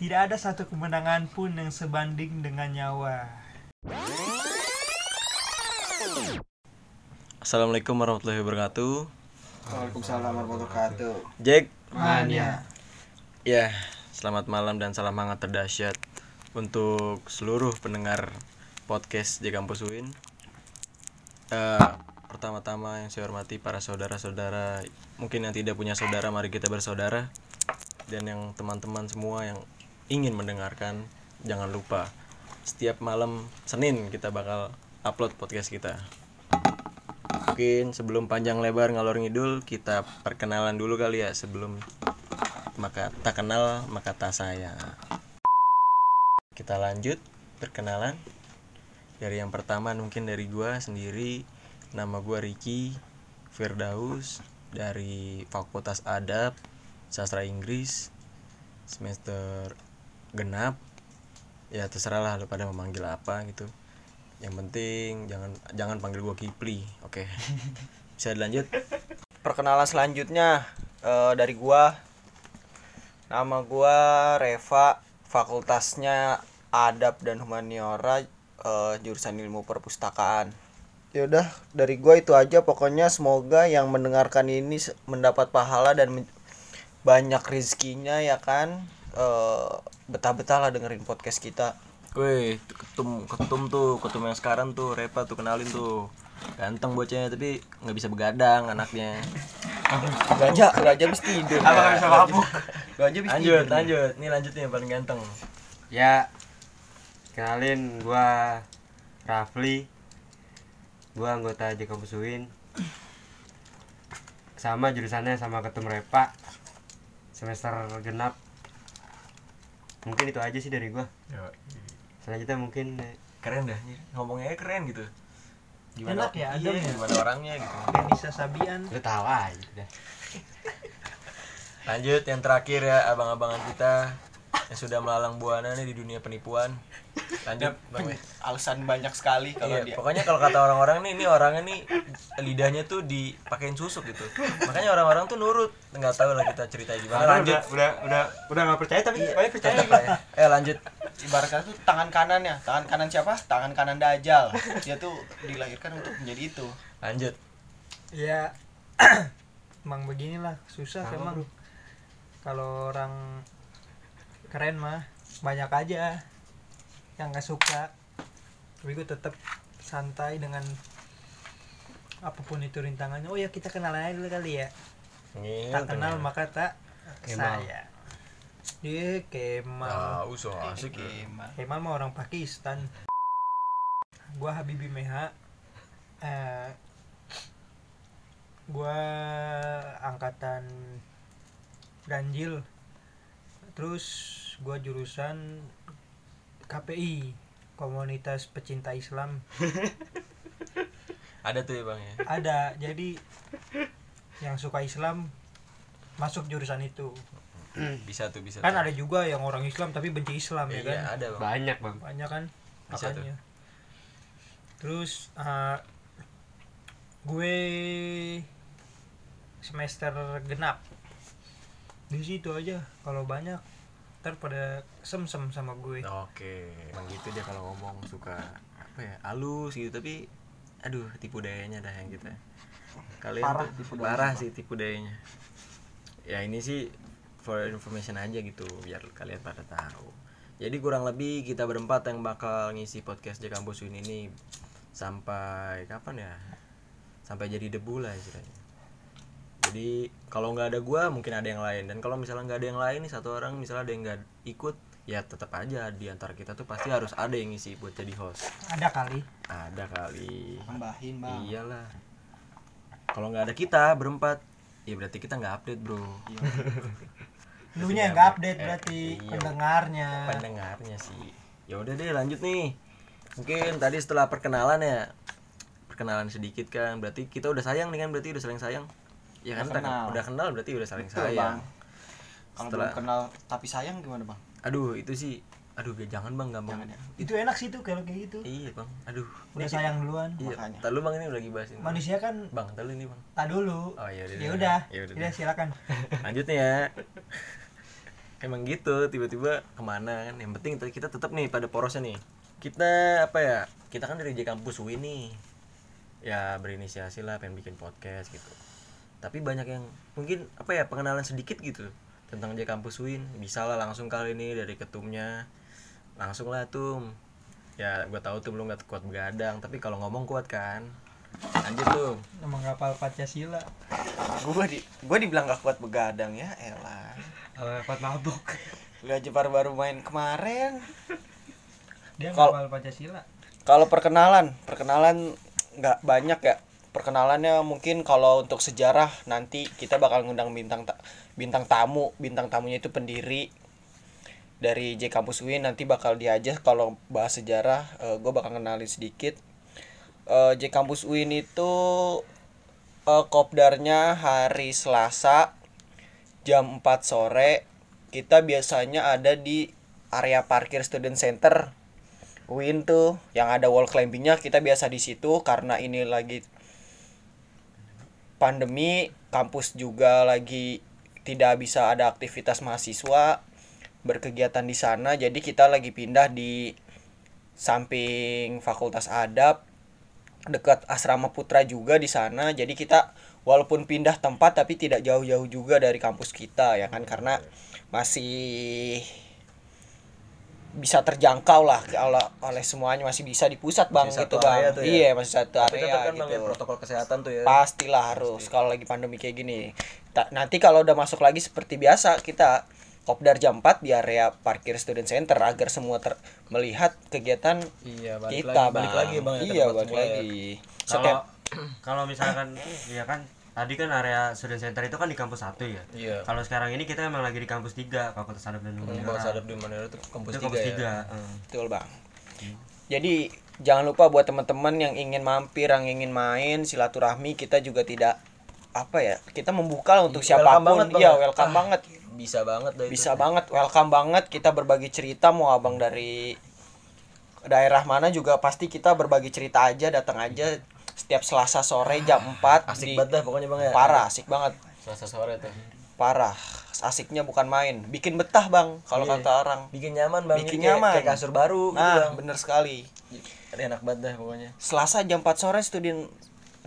Tidak ada satu kemenangan pun yang sebanding dengan nyawa. Assalamualaikum warahmatullahi wabarakatuh. Waalaikumsalam warahmatullahi wabarakatuh. Jack, Mania. ya, selamat malam dan salam hangat terdahsyat untuk seluruh pendengar podcast di kampus UIN. Eh, pertama-tama yang saya hormati para saudara-saudara, mungkin yang tidak punya saudara, mari kita bersaudara. Dan yang teman-teman semua yang ingin mendengarkan, jangan lupa setiap malam Senin kita bakal upload podcast kita. Mungkin sebelum panjang lebar ngalor ngidul kita perkenalan dulu kali ya sebelum maka tak kenal maka tak sayang. Kita lanjut perkenalan dari yang pertama mungkin dari gua sendiri nama gua Riki Firdaus dari Fakultas Adab Sastra Inggris semester genap ya terserah lah lu pada memanggil apa gitu yang penting jangan jangan panggil gua Kipli oke bisa dilanjut Perkenalan selanjutnya eh, dari gua. Nama gua Reva, fakultasnya Adab dan Humaniora eh, jurusan Ilmu Perpustakaan. Yaudah, Ya dari gua itu aja pokoknya semoga yang mendengarkan ini se- mendapat pahala dan men- banyak rezekinya ya kan. Eh, betah-betah lah dengerin podcast kita. Woi, ketum ketum tuh, ketum yang sekarang tuh, Repa tuh kenalin tuh. Ganteng bocahnya tapi nggak bisa begadang anaknya. Ganja, ganja bisa tidur. Apa bisa mabuk? Ganja bisa tidur. Lanjut, lanjut. Nih lanjut nih yang paling ganteng. Ya, kenalin gua Rafli. Gua anggota Jacob Suwin. Sama jurusannya sama Ketum Repa. Semester genap. Mungkin itu aja sih dari gua. iya. Selanjutnya mungkin eh, Keren dah, anjir. ngomongnya keren gitu. Enak ya, iya, adem ya. gimana orangnya gitu. Denisa Sabian. lu tahu aja dah. Lanjut yang terakhir ya abang-abangan kita yang sudah melalang buana nih di dunia penipuan. Lanjut, Bang. Alasan banyak sekali kalau Iya, dia. pokoknya kalau kata orang-orang nih, ini orangnya nih lidahnya tuh dipakein susuk gitu. Makanya orang-orang tuh nurut. Nggak tahu lah kita ceritanya gimana. Lanjut. Udah udah udah udah nggak percaya tapi banyak percaya. Tetep lah ya. Eh lanjut. ibaratnya tuh tangan kanannya tangan kanan siapa tangan kanan dajal dia tuh dilahirkan untuk menjadi itu Lanjut. Ya, emang beginilah susah emang. Kalau orang keren mah banyak aja yang nggak suka. Tapi gue tetap santai dengan apapun itu rintangannya. Oh ya kita kenalan aja dulu kali ya. Ngil, tak kenal ternyata. maka tak Kemal. saya. Dia Kemal. Tahu so asik. ya. Iya, Kemal mah orang Pakistan. Gua Habibi Meha. Eh, gua angkatan Ganjil. Terus gua jurusan KPI, Komunitas Pecinta Islam. Ada tuh ya Bang ya. Ada jadi yang suka Islam masuk jurusan itu. Bisa tuh, bisa. Kan tuh. ada juga yang orang Islam tapi benci Islam ya kan. Iya, ada Bang. Banyak, Bang. banyak kan Bisa tuh. makanya terus eh, gue semester genap di situ aja kalau banyak ntar pada sem sem sama gue Nah. Oke, emang gitu dia kalau ngomong suka apa ya? Halus gitu tapi aduh tipu dayanya dah yang kita. Kalian Parah tuh tipu daya, parah sih tipu dayanya. Ya ini sih for information aja gitu biar kalian pada tahu. Jadi kurang lebih kita berempat yang bakal ngisi podcast J Kampus Win ini sampai kapan ya? Sampai jadi debu lah istilahnya. Jadi kalau nggak ada gua mungkin ada yang lain dan kalau misalnya nggak ada yang lain nih satu orang misalnya ada yang nggak ikut ya tetap aja di antara kita tuh pasti harus ada yang ngisi buat jadi host. ada kali Ada kali. tambahin bang Iyalah. Kalau nggak ada kita berempat, ya berarti kita nggak update bro. Iya. lu nya Berarti nggak nggak- update eh, berarti iya. pendengarnya Pendengarnya sih. Ya udah deh lanjut nih. Mungkin tadi setelah perkenalan ya perkenalan sedikit kan berarti kita udah sayang nih kan berarti udah saling sayang. Ya kan Udah kenal. udah kenal berarti udah saling Betul, sayang. Bang. kalau Setelah- belum kenal tapi sayang gimana bang Aduh, itu sih aduh bi- jangan Bang, gampang. Jangan ya. itu enak sih tuh kalau kayak gitu Iya, Bang. Aduh. udah sayang duluan Iya, Makanya. tar lu Bang ini lagi bahas ini. manusia kan Bang, tar lu ini Bang. tak dulu Oh, iya, ya iya, iya. udah Iya, udah. ya silakan Lanjut nih ya. emang gitu tiba-tiba kemana kan yang penting kita- kita tetap nih pada porosnya nih kita apa ya kita kan dari J kampus UI nih ya berinisiasi lah pengen bikin podcast gitu tapi banyak yang mungkin apa ya pengenalan sedikit gitu tentang J kampus UIN bisa lah langsung kali ini dari ketumnya langsung lah tum ya gue tahu tum lu nggak kuat begadang tapi kalau ngomong kuat kan anjir tuh emang kapal Pancasila Gua di gua dibilang gak kuat begadang ya, elah. Eh, kuat mabuk Lu aja baru baru main kemarin. dia Kalau- kapal Pancasila Kalau perkenalan, perkenalan nggak banyak ya. Perkenalannya mungkin kalau untuk sejarah nanti kita bakal ngundang bintang ta- bintang tamu, bintang tamunya itu pendiri dari J Kampus UIN nanti bakal diajak kalau bahas sejarah, gue bakal kenalin sedikit. Eh, J Kampus UIN itu eh, kopdarnya hari Selasa jam 4 sore. Kita biasanya ada di area parkir Student Center Win tuh yang ada wall climbingnya kita biasa di situ karena ini lagi pandemi kampus juga lagi tidak bisa ada aktivitas mahasiswa berkegiatan di sana jadi kita lagi pindah di samping Fakultas Adab dekat asrama Putra juga di sana jadi kita walaupun pindah tempat tapi tidak jauh-jauh juga dari kampus kita ya kan karena masih bisa terjangkau lah oleh oleh semuanya masih bisa di pusat bang Masih gitu satu bang area tuh ya? iya masih satu tapi area tetap kan gitu bang ya, protokol kesehatan tuh ya pastilah harus kalau lagi pandemi kayak gini Ta- nanti kalau udah masuk lagi seperti biasa kita kopdar jam 4 di area parkir student center agar semua ter- melihat kegiatan iya balik kita lagi bang. balik lagi bang ya, ke iya tempat balik semula ya. lagi setiap kalau kalau misalkan ya kan tadi kan area student center itu kan di kampus satu ya iya kalau sekarang ini kita emang lagi di kampus tiga fakultas adab dan Yang humaniora bahasa adab Hmm, di Manila tuh kampus itu tiga kampus ya tiga eh. betul bang Hmm. jadi jangan lupa buat teman-teman yang ingin mampir yang ingin main silaturahmi kita juga tidak apa ya kita membuka lah untuk Iya, welcome banget, siapapun Bang, iya ya. welcome Ah. banget bisa banget dah itu bisa banget welcome banget kita berbagi cerita mau abang dari daerah mana juga pasti kita berbagi cerita aja datang aja setiap Selasa sore jam 4 Ah, asik di- banget dah pokoknya bang ya parah asik banget selasa sore tuh parah asiknya bukan main bikin betah bang kalau Iya. kata orang bikin nyaman bang Jadi Bikin kayak- nyaman. kayak kasur baru gitu nah bang bener sekali Jadi enak banget dah pokoknya Selasa jam 4 sore student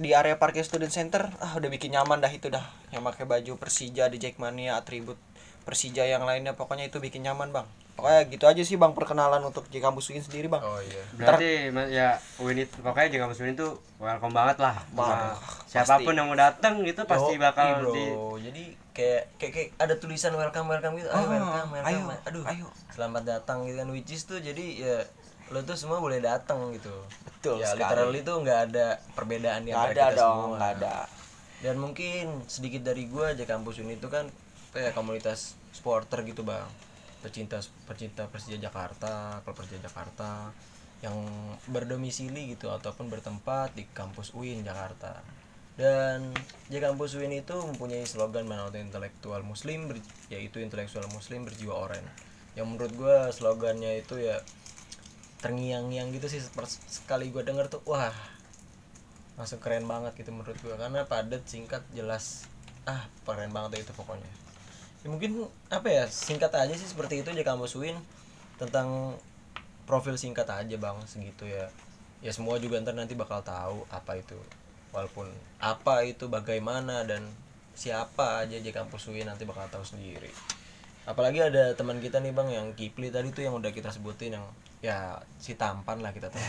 di area parkir student center ah udah bikin nyaman dah itu dah yang pakai baju Persija ada Jackmania atribut Persija yang lainnya pokoknya itu bikin nyaman bang pokoknya gitu aja sih bang perkenalan untuk di kampus UIN sendiri bang oh iya berarti ma- ya Win itu pokoknya di kampus Win itu welcome banget lah Bah, Nah, siapapun yang mau datang gitu pasti Yoi, bakal bro. di jadi kayak, kayak kayak ada tulisan welcome welcome gitu ayo Ah, welcome welcome ayo, aduh ayo. selamat datang gitu kan which is tuh jadi ya lo tuh semua boleh datang gitu Betul ya sekali. literally tuh nggak ada perbedaan di antara nggak ada kita dong semua nggak ada dan mungkin sedikit dari gua aja kampus ini itu kan kayak komunitas supporter gitu bang pecinta pecinta Persija Jakarta klub Persija Jakarta yang berdomisili gitu ataupun bertempat di kampus UIN Jakarta dan di kampus UIN itu mempunyai slogan Manauto intelektual muslim ber- yaitu intelektual muslim berjiwa oren yang menurut gua slogannya itu ya terngiang-ngiang gitu sih Seper- sekali gua denger tuh wah langsung keren banget gitu menurut gua karena padat singkat jelas ah keren banget itu pokoknya ya, mungkin apa ya singkat aja sih seperti itu aja kamu suin tentang profil singkat aja bang segitu ya ya semua juga ntar nanti bakal tahu apa itu walaupun apa itu bagaimana dan siapa aja aja kampus UIN nanti bakal tahu sendiri apalagi ada teman kita nih bang yang Kipli tadi tuh yang udah kita sebutin yang ya si tampan lah kita tahu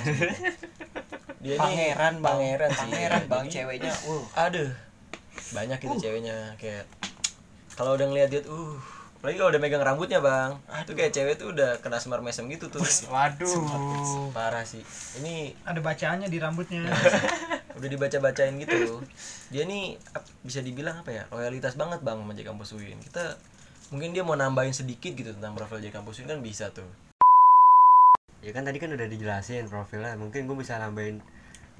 dia pangeran bang Oh, pangeran sih iya. pangeran bang Jadi, ceweknya uh aduh Uh. banyak itu ceweknya kayak kalau udah ngeliat dia tuh uh apalagi kalau udah megang rambutnya bang tuh kayak cewek tuh udah kena semar mesem gitu tuh waduh parah sih ini ada bacaannya di rambutnya udah dibaca-bacain gitu dia nih ap- bisa dibilang apa ya loyalitas banget bang sama J Kampus Uin kita mungkin dia mau nambahin sedikit gitu tentang profil J Kampus Uin kan bisa tuh ya kan tadi kan udah dijelasin profilnya mungkin gue bisa nambahin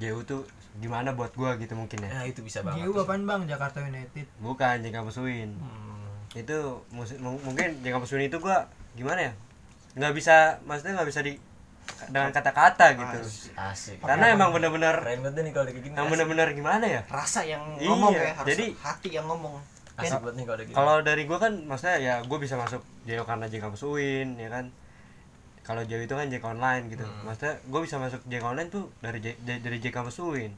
JU tuh gimana buat gue gitu mungkin ya nah itu bisa banget GU apaan bang Jakarta United bukan di kampus Win Hmm, itu mus- mung- mungkin di kampus Win itu gue gimana ya nggak bisa maksudnya nggak bisa di dengan kata-kata gitu asik karena emang bener-bener keren banget nih kalau kayak gini yang bener-bener gimana ya rasa yang Iya, ngomong ya harus jadi- hati yang ngomong Asik banget nih kalau ada gini. Kalau dari gua kan maksudnya ya gua bisa masuk JO karena J kampus UIN ya kan. Kalau JO itu kan JK online gitu. Maksudnya gua bisa masuk JK online tuh dari J, J- dari J kampus UIN.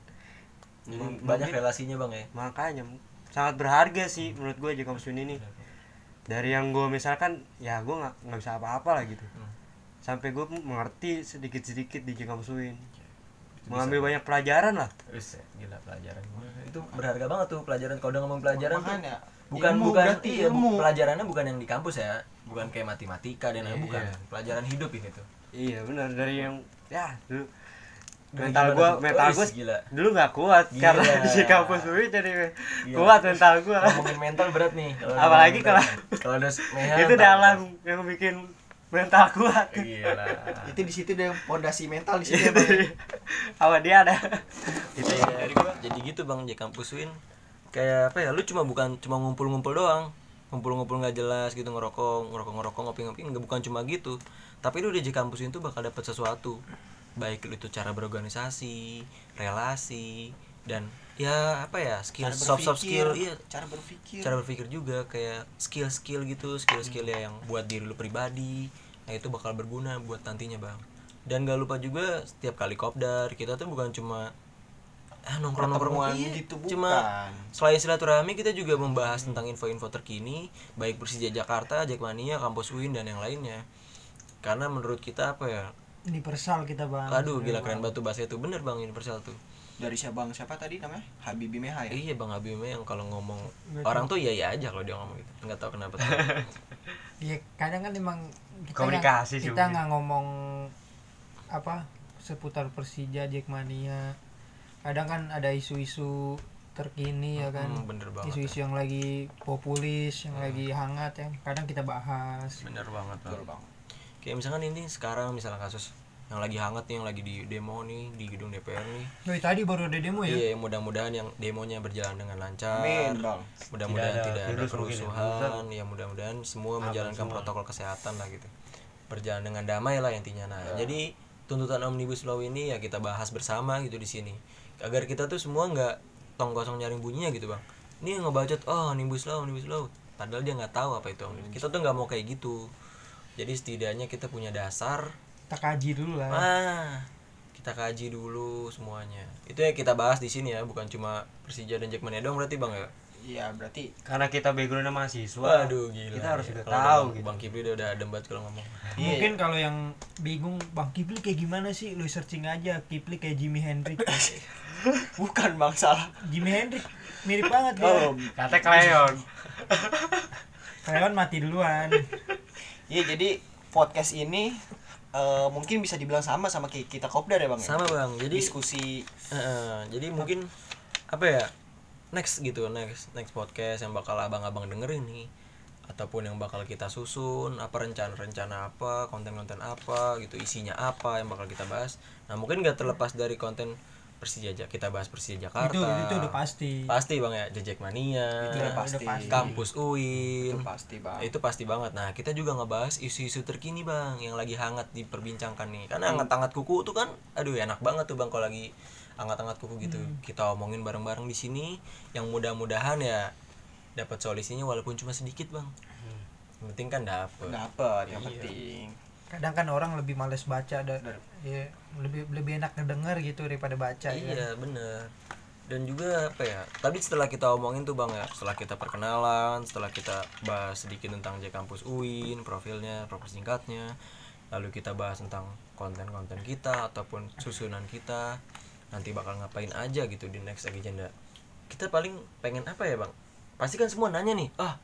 Jadi mungkin- banyak relasinya bang ya. Makanya sangat berharga sih menurut gua J kampus UIN Iya. ini. Dari yang gua misalkan ya gua nggak nggak bisa apa-apa lah gitu. Hmm. Sampai gua mengerti sedikit-sedikit di J kampus Iya. UIN. Mengambil banyak pelajaran lah. Wis, gila pelajaran gua. Itu berharga banget tuh pelajaran. Kalau udah ngomong pelajaran tuh Makanya, bukan ilmu, bukan berarti iya, bu- ilmu. pelajarannya bukan yang di kampus ya. Bukan kayak matematika dan lain bukan. Pelajaran hidup ini tuh. Iya benar dari yang ya dulu Dari mental gimana gua tuh? mental Wis, gua gila. dulu nggak kuat Gila. Iya. karena di kampus UI jadi kuat mental gua Ngomongin mental berat nih. kalau udah Apalagi ngomongin kalau- mental. kalau ada semehan. itu dalang yang bikin mental kuat Gila. itu di situ deh pondasi mental di ya, situ. Bang. apa dia ada Iya, Itu ya, jadi gitu bang di kampus Win kayak apa ya lu cuma bukan cuma ngumpul-ngumpul doang ngumpul-ngumpul nggak jelas gitu ngerokok ngerokok ngerokok ngopi ngopi nggak bukan cuma gitu tapi lu di J kampus Win tuh bakal dapet sesuatu baik lu itu cara berorganisasi relasi dan ya apa ya skill soft soft skill iya cara berpikir. cara berpikir juga kayak skill skill gitu skill skill yang buat diri lu pribadi nah itu bakal berguna buat nantinya bang dan gak lupa juga setiap kali kopdar kita tuh bukan cuma ah, nongkrong nongkrongan Pertemuan gitu, cuma bukan. selain silaturahmi kita juga membahas tentang info-info terkini baik Persija Jakarta Jackmania kampus UIN dan yang lainnya karena menurut kita apa ya universal kita bang aduh gila keren banget tuh bahasa itu bener bang universal tuh Dari Sabang siapa tadi namanya? Habibie Meha ya. iya bang Abime yang kalau ngomong orang tuh iya iya aja kalau dia ngomong gitu nggak tahu kenapa tuh. Iya, kadang kan emang kita Komunikasi nggak- kita sih mungkin. nggak ngomong apa seputar Persija, Jackmania. Kadang kan ada isu-isu terkini ya kan. Hmm, bener banget Hmm. Isu-isu yang lagi populis, yang lagi hangat ya. Kadang kita bahas. Bener banget Bang. Kayak misalkan ini sekarang misalnya kasus yang lagi hangat nih yang lagi di demo nih di gedung DPR nih. Woi, tadi baru ada demo ya. Iya, yang mudah-mudahan yang demonya berjalan dengan lancar. Amin, Bang. Mudah-mudahan Tidak ada tidak ada, virus mungkin ya, kerusuhan, ya mudah-mudahan semua menjalankan protokol kesehatan lah gitu. Berjalan dengan damai lah intinya nah. Jadi tuntutan Omnibus Law ini ya kita bahas bersama gitu di sini. Agar kita tuh semua nggak tong kosong nyaring bunyinya gitu, Bang. Ini ngebacot, oh Omnibus Law, Omnibus Law. Padahal dia nggak tahu apa itu Omnibus. Kita tuh nggak mau kayak gitu. Jadi setidaknya kita punya dasar Kita kaji dulu lah. Ah, kita kaji dulu semuanya. Itu ya kita bahas di sini ya, bukan cuma Persija dan Jackmania doang berarti Bang ya. Iya, berarti karena kita backgroundnya mahasiswa Waduh gila. kita harus ya. juga Kalau tahu Bang- gitu Bang Kipli udah udah adem banget kalau ngomong. Mungkin iya. kalau yang bingung Bang Kipli kayak gimana sih? Lu searching aja Kipli kayak Jimi Hendrix. bukan Bang salah. Jimi Hendrix mirip banget dia. Oh, kata Kleon Kalian mati duluan. iya jadi podcast ini eh, mungkin bisa dibilang sama sama kayak kita kopdar ya, Bang. ya? Sama Bang. Jadi diskusi eh, jadi mungkin apa ya? Next gitu, next next podcast yang bakal abang-abang dengerin nih ataupun yang bakal kita susun apa rencana-rencana apa konten-konten apa gitu isinya apa yang bakal kita bahas nah mungkin nggak terlepas dari konten Persija aja kita bahas Persija Jakarta itu itu udah pasti. pasti bang ya jejak mania itu udah pasti. kampus uin Itu pasti, Bang. itu pasti banget nah kita juga ngebahas isu-isu terkini bang yang lagi hangat diperbincangkan nih karena Hmm. hangat-hangat kuku tuh kan aduh enak banget tuh bang kalau lagi hangat-hangat kuku gitu Hmm. kita omongin bareng-bareng di sini yang mudah-mudahan ya dapat solusinya walaupun cuma sedikit bang Hmm. yang penting kan dapet Dapat Iya. yang penting. kadang kan orang lebih males baca dan ya, lebih lebih enak ngedenger gitu daripada baca ya. Iya bener Dan juga apa ya Tadi setelah kita omongin tuh bang ya Setelah kita perkenalan Setelah kita bahas sedikit tentang J Kampus UIN Profilnya, profil singkatnya Lalu kita bahas tentang konten-konten kita Ataupun susunan kita Nanti bakal ngapain aja gitu di next agenda Kita paling pengen apa ya bang Pasti kan semua nanya nih Ah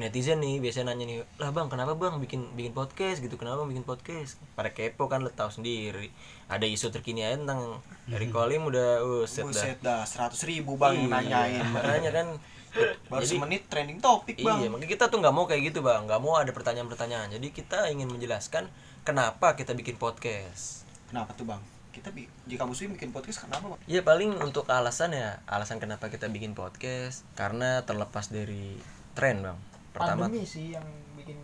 netizen nih biasanya nanya nih lah bang kenapa bang bikin bikin podcast gitu kenapa bang bikin podcast pada kepo kan lo tahu sendiri ada isu terkini aja tentang Eric Kolim udah uset dah Buset dah 100.000 ribu Bang yang nanyain. makanya kan Baru semenit trending topik, Bang. Iya, makanya kita tuh nggak mau kayak gitu bang, nggak mau ada pertanyaan-pertanyaan. Jadi kita ingin menjelaskan kenapa kita bikin podcast. Kenapa tuh, Bang? Kita bi jika musuh bikin podcast kenapa, Bang? Ya paling untuk alasan ya, alasan kenapa kita bikin podcast karena terlepas dari tren bang. Pertama pandemi sih yang bikin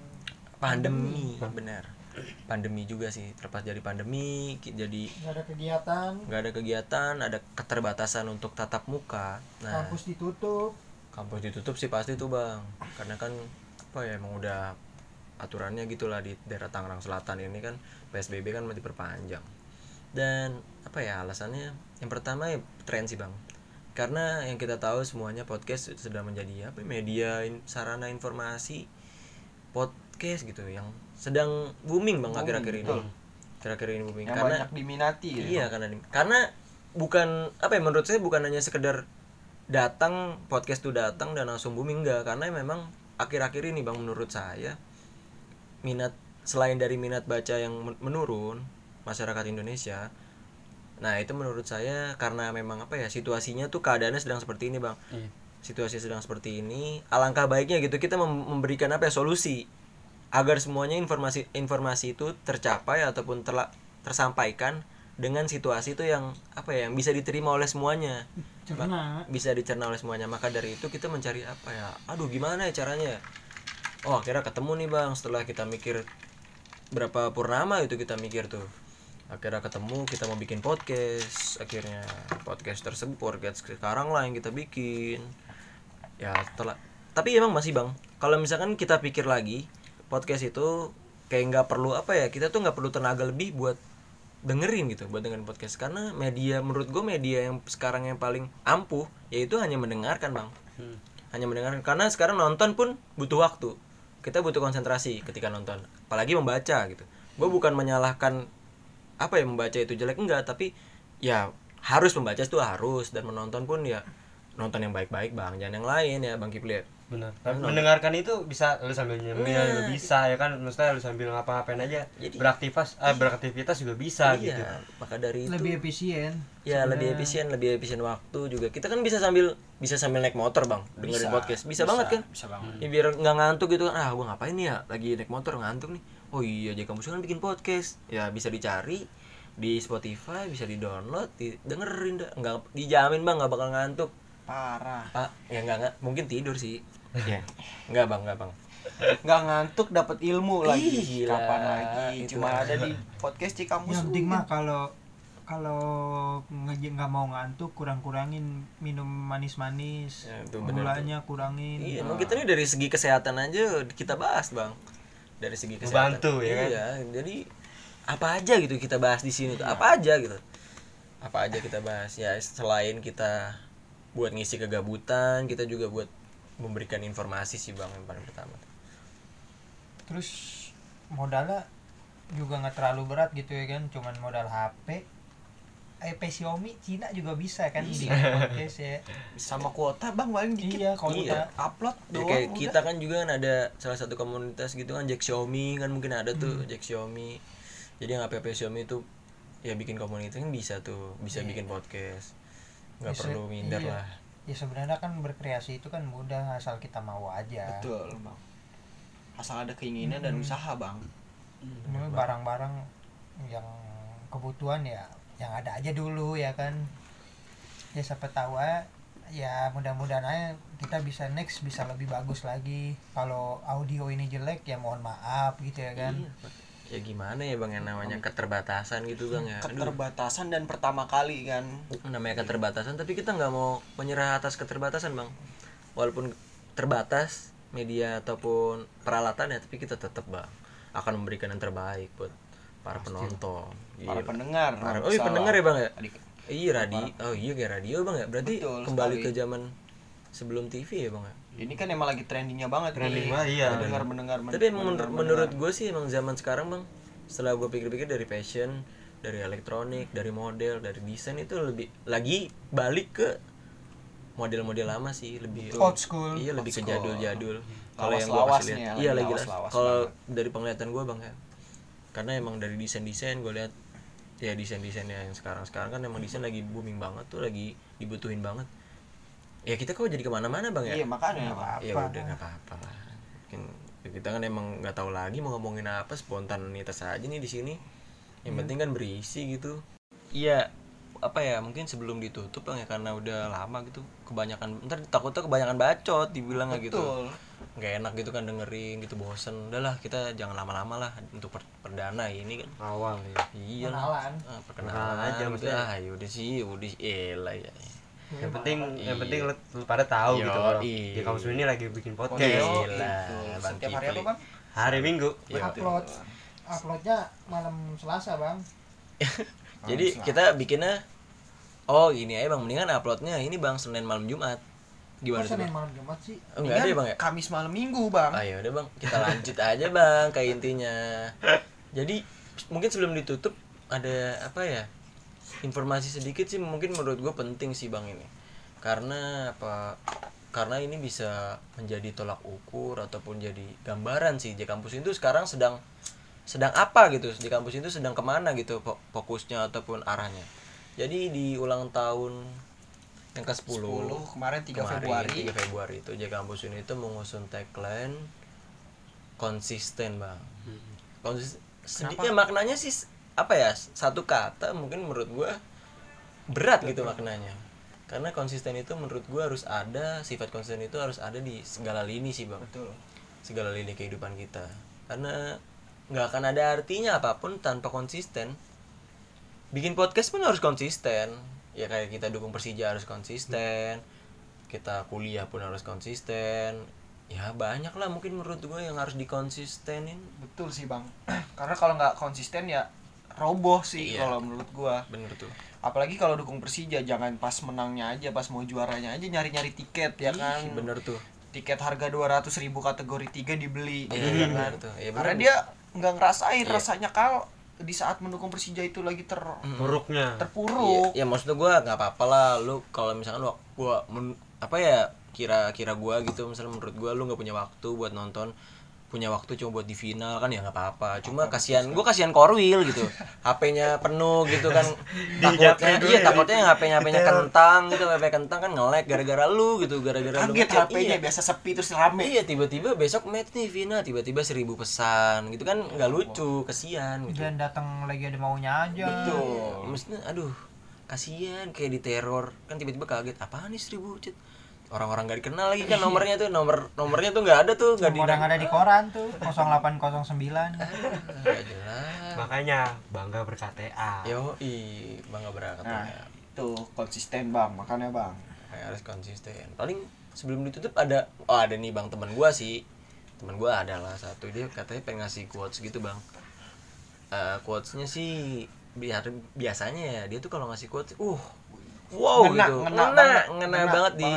pandemi benar pandemi juga sih terlepas dari pandemi ki- jadi nggak ada kegiatan nggak ada kegiatan ada keterbatasan untuk tatap muka nah kampus ditutup kampus ditutup sih pasti tuh bang karena kan apa ya emang udah aturannya gitulah di daerah Tangerang Selatan ini kan PSBB kan masih perpanjang dan apa ya alasannya yang pertama ya tren sih bang karena yang kita tahu semuanya podcast sedang menjadi apa ya, media in- sarana informasi podcast gitu yang sedang booming bang akhir-akhir ini akhir-akhir ini booming yang karena banyak diminati ya. Iya karena di- karena bukan apa ya menurut saya bukan hanya sekedar datang podcast tuh datang dan langsung booming enggak karena memang akhir-akhir ini bang menurut saya minat selain dari minat baca yang men- menurun masyarakat Indonesia nah itu menurut saya karena memang apa ya situasinya tuh keadaannya sedang seperti ini bang situasi sedang seperti ini alangkah baiknya gitu kita mem- memberikan apa ya solusi agar semuanya informasi informasi itu tercapai ataupun terla- tersampaikan dengan situasi itu yang apa ya yang bisa diterima oleh semuanya Cerna. bisa dicerna oleh semuanya maka dari itu kita mencari apa ya aduh gimana ya caranya oh akhirnya ketemu nih bang setelah kita mikir berapa purnama itu kita mikir tuh akhirnya ketemu kita mau bikin podcast akhirnya podcast tersebut podcast sekarang lah yang kita bikin ya setelah tapi emang masih bang kalau misalkan kita pikir lagi podcast itu kayak nggak perlu apa ya kita tuh nggak perlu tenaga lebih buat dengerin gitu buat dengerin podcast karena media menurut gue media yang sekarang yang paling ampuh yaitu hanya mendengarkan bang hanya mendengarkan karena sekarang nonton pun butuh waktu kita butuh konsentrasi ketika nonton apalagi membaca gitu gue bukan menyalahkan apa ya membaca itu jelek enggak tapi ya harus membaca itu harus dan menonton pun ya nonton yang baik-baik bang jangan yang lain ya bang Kipli ya. benar tapi Nah, mendengarkan itu bisa lu sambil nyemil juga bisa ya kan maksudnya lu sambil ngapa-ngapain aja beraktivitas eh, beraktivitas juga bisa gitu iya maka dari itu lebih efisien Ya lebih efisien, lebih efisien waktu juga. Kita kan bisa sambil bisa sambil naik motor bang, dengerin podcast. Bisa, banget kan? bisa banget. Ya, biar nggak ngantuk gitu kan. Ah gua ngapain nih ya? Lagi naik motor ngantuk nih. Oh iya, jadi kampus kan bikin podcast. Ya bisa dicari di Spotify, bisa di download, dengerin dah. Nggak dijamin bang, nggak bakal ngantuk. Parah. Pak, ya nggak nggak. Mungkin tidur sih. Ya, nggak bang, nggak bang. Nggak ngantuk dapat ilmu lagi. gila. Kapan lagi? Iya, Itu Cuma lah. ada di podcast Cikampus. yang penting mah kalau kalau nge- nggak mau ngantuk kurang-kurangin minum manis-manis Ya, itu bener gulanya kurangin Iya, emang kita nih dari segi kesehatan aja kita bahas bang. Dari segi kesehatan. Membantu, ya kan? Iya, jadi apa aja gitu kita bahas di sini tuh apa aja gitu. Apa aja kita bahas ya selain kita buat ngisi kegabutan kita juga buat memberikan informasi sih bang yang paling pertama. terus modalnya juga nggak terlalu berat gitu ya kan cuman modal HP eh Xiaomi Cina juga bisa kan di podcast ya Sama kuota bang paling dikit. iya kalau Iya. kita Upload Ya, doang. kayak udah. kita kan juga kan ada salah satu komunitas gitu kan Jack Xiaomi kan mungkin ada tuh Jack Xiaomi. Jadi yang app Xiaomi itu ya bikin komunitas kan bisa tuh, bisa bikin podcast. nggak Bisa, perlu minder iya. lah. ya sebenarnya kan berkreasi itu kan mudah asal kita mau aja Betul bang. Asal ada keinginan Hmm. dan usaha bang. Sebenarnya barang-barang yang kebutuhan ya yang ada aja dulu ya kan ya siapa tahu aja, ya mudah-mudahan aja kita bisa next bisa lebih bagus lagi kalau audio ini jelek ya mohon maaf gitu ya kan ya gimana ya bang yang namanya keterbatasan gitu bang ya Aduh, Keterbatasan dan pertama kali kan. namanya keterbatasan tapi kita nggak mau menyerah atas keterbatasan bang walaupun terbatas media ataupun peralatan ya tapi kita tetap bang akan memberikan yang terbaik buat para penonton Para Gila. pendengar. Para- kalau oh iya salah. pendengar ya bang ya Adik- iya radio oh iya kayak radio bang ya berarti Betul kembali sekali. ke zaman sebelum TV ya bang ya Ini kan emang lagi trendingnya banget. nih. Trending banget, iya. Mendengar mendengar. tapi emang menur- menurut gue sih emang zaman sekarang bang setelah gue pikir-pikir dari fashion dari elektronik dari model dari desain itu lebih lagi balik ke model-model lama sih lebih Old school. iya lebih ke jadul-jadul kalau yang gue Lawas-lawas kasih lihat nih ya, iya lagi lagi lah lawas-lawas kalau dari penglihatan gue bang ya karena emang dari desain-desain gue lihat ya desain-desainnya yang sekarang-sekarang kan emang desain lagi booming banget tuh lagi dibutuhin banget ya kita kok jadi kemana-mana bang ya Iya makanya bang. apa ya udah nggak apa-apa lah mungkin ya kita kan emang nggak tahu lagi mau ngomongin apa spontanitas aja nih di sini yang penting kan berisi gitu iya apa ya mungkin sebelum ditutup bang ya karena udah lama gitu kebanyakan ntar takutnya kebanyakan bacot dibilang nggak gitu nggak enak gitu kan dengerin gitu bosen udah lah kita jangan lama-lama lah untuk per- perdana ini kan awal ya iya kenalan Ah, perkenalan Perkenalan aja aja maksudnya. udah ah, yaudah sih udah elah ya yang penting yang penting lu, lu pada tahu gitu kalau Yoi. di kampus ini lagi bikin podcast Gila, Gitu. Bang Setiap hari apa Kipli. bang? hari minggu Iya, upload uploadnya malam selasa bang Jadi kita bikinnya Oh gini aja bang, mendingan uploadnya ini bang Senin malam Jumat Gimana Masa sih main bang? malam jumat sih Oh, enggak ada ya bang ya? Kan Kamis malam minggu bang. Ayo udah Ah, bang, kita lanjut aja bang ke intinya Jadi mungkin sebelum ditutup ada apa ya Informasi sedikit sih mungkin menurut gue penting sih bang ini Karena apa karena ini bisa menjadi tolak ukur ataupun jadi gambaran sih di kampus itu sekarang sedang sedang apa gitu di kampus itu sedang kemana gitu fo- fokusnya ataupun arahnya jadi di ulang tahun yang ke 10 kemarin 3 Februari. 3 Februari itu J Kampus ini itu mengusun tagline konsisten bang Hmm. konsisten sedikit maknanya sih s- apa ya s- satu kata mungkin menurut gua berat gitu maknanya karena konsisten itu menurut gua harus ada sifat konsisten itu harus ada di segala lini sih bang Betul. segala lini kehidupan kita karena nggak akan ada artinya apapun tanpa konsisten bikin podcast pun harus konsisten ya kayak kita dukung Persija harus konsisten kita kuliah pun harus konsisten ya banyak lah mungkin menurut gue yang harus dikonsistenin Betul sih bang. Karena kalau nggak konsisten ya roboh sih Iya. kalau menurut gua. bener tuh Apalagi kalau dukung Persija jangan pas menangnya aja, pas mau juaranya aja nyari-nyari tiket ya kan. Ih, bener tuh Tiket harga 200.000 ribu kategori 3 dibeli. Iya, gitu iya, kan. bener tuh. Iya, bener. Karena dia nggak ngerasain Iya. rasanya kalau di saat mendukung Persija itu lagi ter buruknya terpuruk. Iya, ya maksud gue nggak apa-apa lah lu kalau misalkan lu gue apa ya kira-kira gua gitu misalnya menurut gua lu nggak punya waktu buat nonton punya waktu cuma buat di final kan ya nggak apa-apa cuma kasihan gua kasihan Korwil gitu HP-nya penuh gitu kan takutnya jatuhin dulu iya ya. takutnya yang HP-nya HP-nya kentang gitu HP kentang kan nge-lag gara-gara lu gitu gara-gara lu Kaget ngechat. HP-nya Iya. biasa sepi terus rame. Iya tiba-tiba besok match nih final tiba-tiba seribu pesan gitu kan Iya, nggak lucu kasihan gitu. dan datang lagi ada maunya aja Iya, Maksudnya aduh kasihan kayak diteror kan tiba-tiba kaget apa nih seribu cet orang-orang gak dikenal lagi kan nomornya tuh nomor nomornya tuh nggak ada tuh nggak di Iya. Nomor yang ada di koran tuh 0809 nggak jelas makanya bangga berKTA yo i bangga berangkat Nah, itu konsisten bang, makanya bang. Kayak harus konsisten paling sebelum ditutup ada oh ada nih bang teman gua sih teman gua adalah satu dia katanya pengen ngasih quotes gitu bang Eh quotesnya sih biar biasanya ya dia tuh kalau ngasih quotes uh wow Ngena, gitu ngena ngena banget, ngena ngena banget di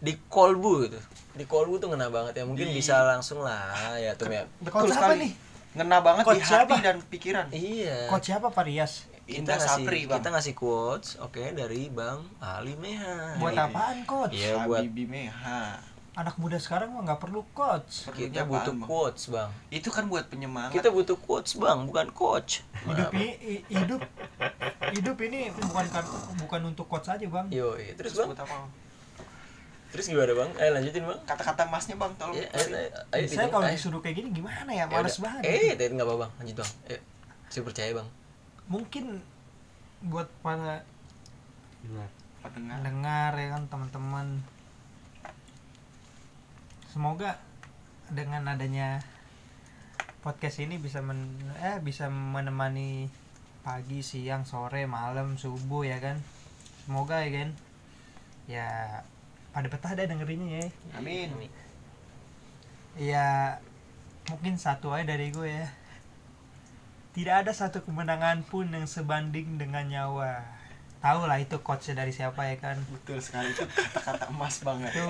di kolbu gitu di kolbu tuh ngena banget ya mungkin bisa langsung lah ya tuh ya Betul Coach sekali. apa nih? Ngena banget Coach di hati siapa? dan pikiran. iya coach siapa Pak Rias Indra ngasih Sapri, Bang. kita ngasih quotes oke dari bang Ali Meha buat apaan coach Iya, buat- Habibie Meha. anak muda sekarang mah nggak perlu coach Perlunya kita apaan, butuh Bang? quotes bang Itu kan buat penyemangat. kita butuh quotes bang bukan coach hidup Iya. ini i- hidup hidup ini bukan kan- bukan untuk coach aja bang yo terus bang buat apa? terus gimana bang ayo lanjutin bang Kata-kata emasnya bang, tolong. ya, ayo, ayo, ayo, saya Bang. kalau Ayo. disuruh kayak gini gimana ya Ya males udah. banget eh tidak nggak apa bang lanjut bang ayo. saya percaya bang mungkin buat para Benar. iya. Nah. Pendengar. pendengar ya kan teman-teman semoga dengan adanya podcast ini bisa men eh bisa menemani pagi siang sore malam subuh ya kan semoga ya kan ya pada betah dah dengerinnya ya Amin. ya mungkin satu aja dari gue ya tidak ada satu kemenangan pun yang sebanding dengan nyawa tahu lah itu coachnya dari siapa ya kan Betul sekali itu kata-kata emas banget. itu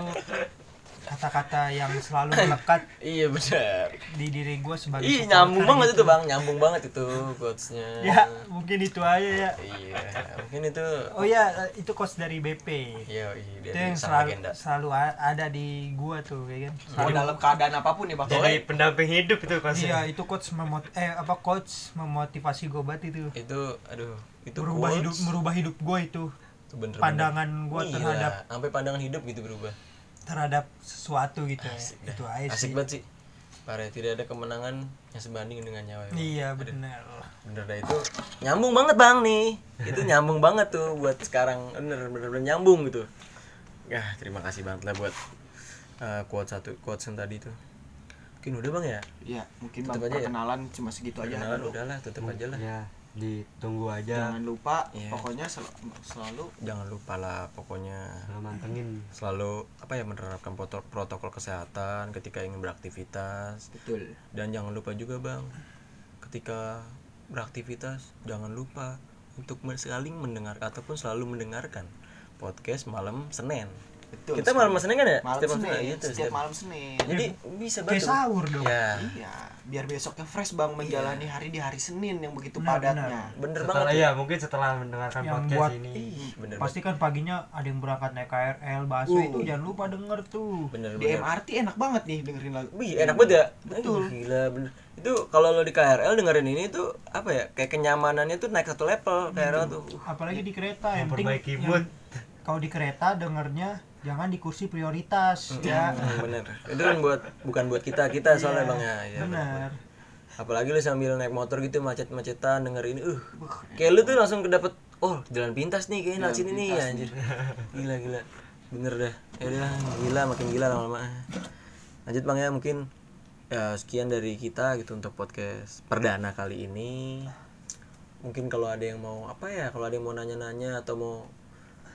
kata-kata yang selalu melekat iya benar di diri gue sebagai iya supporter nyambung banget gitu. itu bang nyambung banget itu quotesnya ya mungkin itu aja ya iya mungkin itu oh ya eh, itu coach dari BP iya iya itu dari yang sama selalu agenda selalu a- ada di gua tuh ya kan Mau dalam keadaan apapun ya bang. jadi pendamping hidup itu ya. iya konsep itu coach memot eh apa coach memotivasi gue banget itu itu aduh itu merubah hidup quotes merubah hidup gue itu itu bener-bener pandangan gua gila. terhadap sampai pandangan hidup gitu berubah terhadap sesuatu gitu ya Asik dah. itu aja sih asik banget sih Pare, tidak ada kemenangan yang sebanding dengan nyawa ya, Bang. iya Aduh. benar bener dah itu nyambung banget bang nih itu nyambung banget tuh buat sekarang bener bener, bener nyambung gitu ya terima kasih banget lah buat eh, quote satu quotes yang tadi tuh mungkin udah bang ya Iya, mungkin bang Tutup aja ya? perkenalan cuma segitu aja perkenalan dulu. udah lah tutup aja lah ya ditunggu aja jangan lupa Iya. pokoknya sel- selalu jangan lupa lah pokoknya Jangan mantengin selalu apa ya menerapkan proto- protokol kesehatan ketika ingin beraktivitas betul dan jangan lupa juga bang ketika beraktivitas jangan lupa untuk men- saling mendengar ataupun selalu mendengarkan podcast malam Senin betul kita malam Senin kan ya malam Setiap senin gitu, setiap, setiap- malam senin jadi bisa banget Kayak sahur dong. ya iya biar besoknya fresh bang menjalani hari di hari senin yang begitu Benar, padatnya bener setelah banget ya mungkin setelah mendengarkan Yang podcast buat- ini bener banget. Pasti kan paginya ada yang berangkat naik KRL, bakso Uh. itu jangan lupa denger tuh. bener di bener MRT enak banget nih dengerin lagu Wih, enak banget ya Betul. Aduh, gila bener itu kalau lo di KRL dengerin ini tuh apa ya kayak kenyamanannya tuh naik satu level KRL tuh Uh, Apalagi di kereta yang penting memperbaiki yang- mood kalau di kereta dengernya jangan di kursi prioritas ya. bener itu kan buat bukan buat kita kita soalnya bang ya, Iya, bener. Benar. apalagi lu sambil naik motor gitu macet-macetan denger ini uh kayak lu tuh langsung kedapet oh jalan pintas nih kayaknya lewat sini nih anjir gila gila bener dah ya udah, gila makin gila lama-lama lanjut bang ya mungkin ya, sekian dari kita gitu untuk podcast perdana kali ini mungkin kalau ada yang mau apa ya kalau ada yang mau nanya-nanya atau mau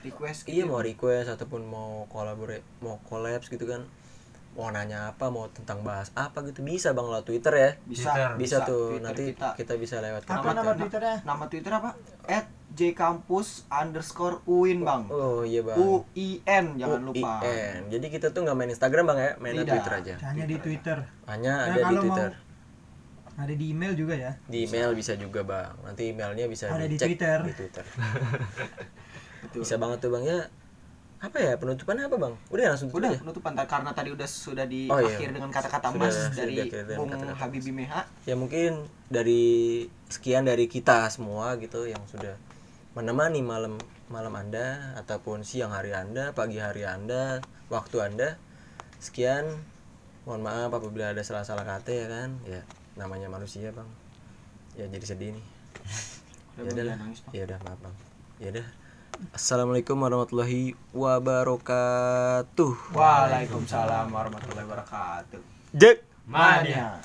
request iya mau request ataupun mau kolabore mau collabs gitu kan mau nanya apa mau tentang bahas apa gitu bisa bang lo twitter ya bisa bisa, Twitter tuh nanti kita. kita. bisa lewat Apa nama Twitter. Twitternya? ya, nama twitter apa at jkampus underscore uin bang oh iya bang u i n jangan lupa UIN. jadi kita tuh nggak main Instagram bang ya mainnya Tidak. Twitter aja Hanya di Twitter. hanya Nah, ada di kalau Twitter mau ada di email juga ya. di email bisa juga bang nanti emailnya bisa Ada di dicek Twitter. di Twitter bisa banget tuh bang ya apa ya penutupannya apa bang udah ya, langsung tutup udah ya? penutupan ta- karena tadi udah sudah di Oh, iya. akhir dengan kata-kata Sudah- mas sudah dari diakhiri dengan bung kata-kata Habibie Meha ya mungkin dari sekian dari kita semua gitu yang sudah menemani malam malam anda ataupun siang hari anda pagi hari anda waktu anda sekian mohon maaf apabila ada salah-salah kata ya kan ya namanya manusia bang ya jadi sedih nih ya udah lah. ya udah maaf bang ya udah assalamualaikum warahmatullahi wabarakatuh Waalaikumsalam warahmatullahi wabarakatuh Jek Mania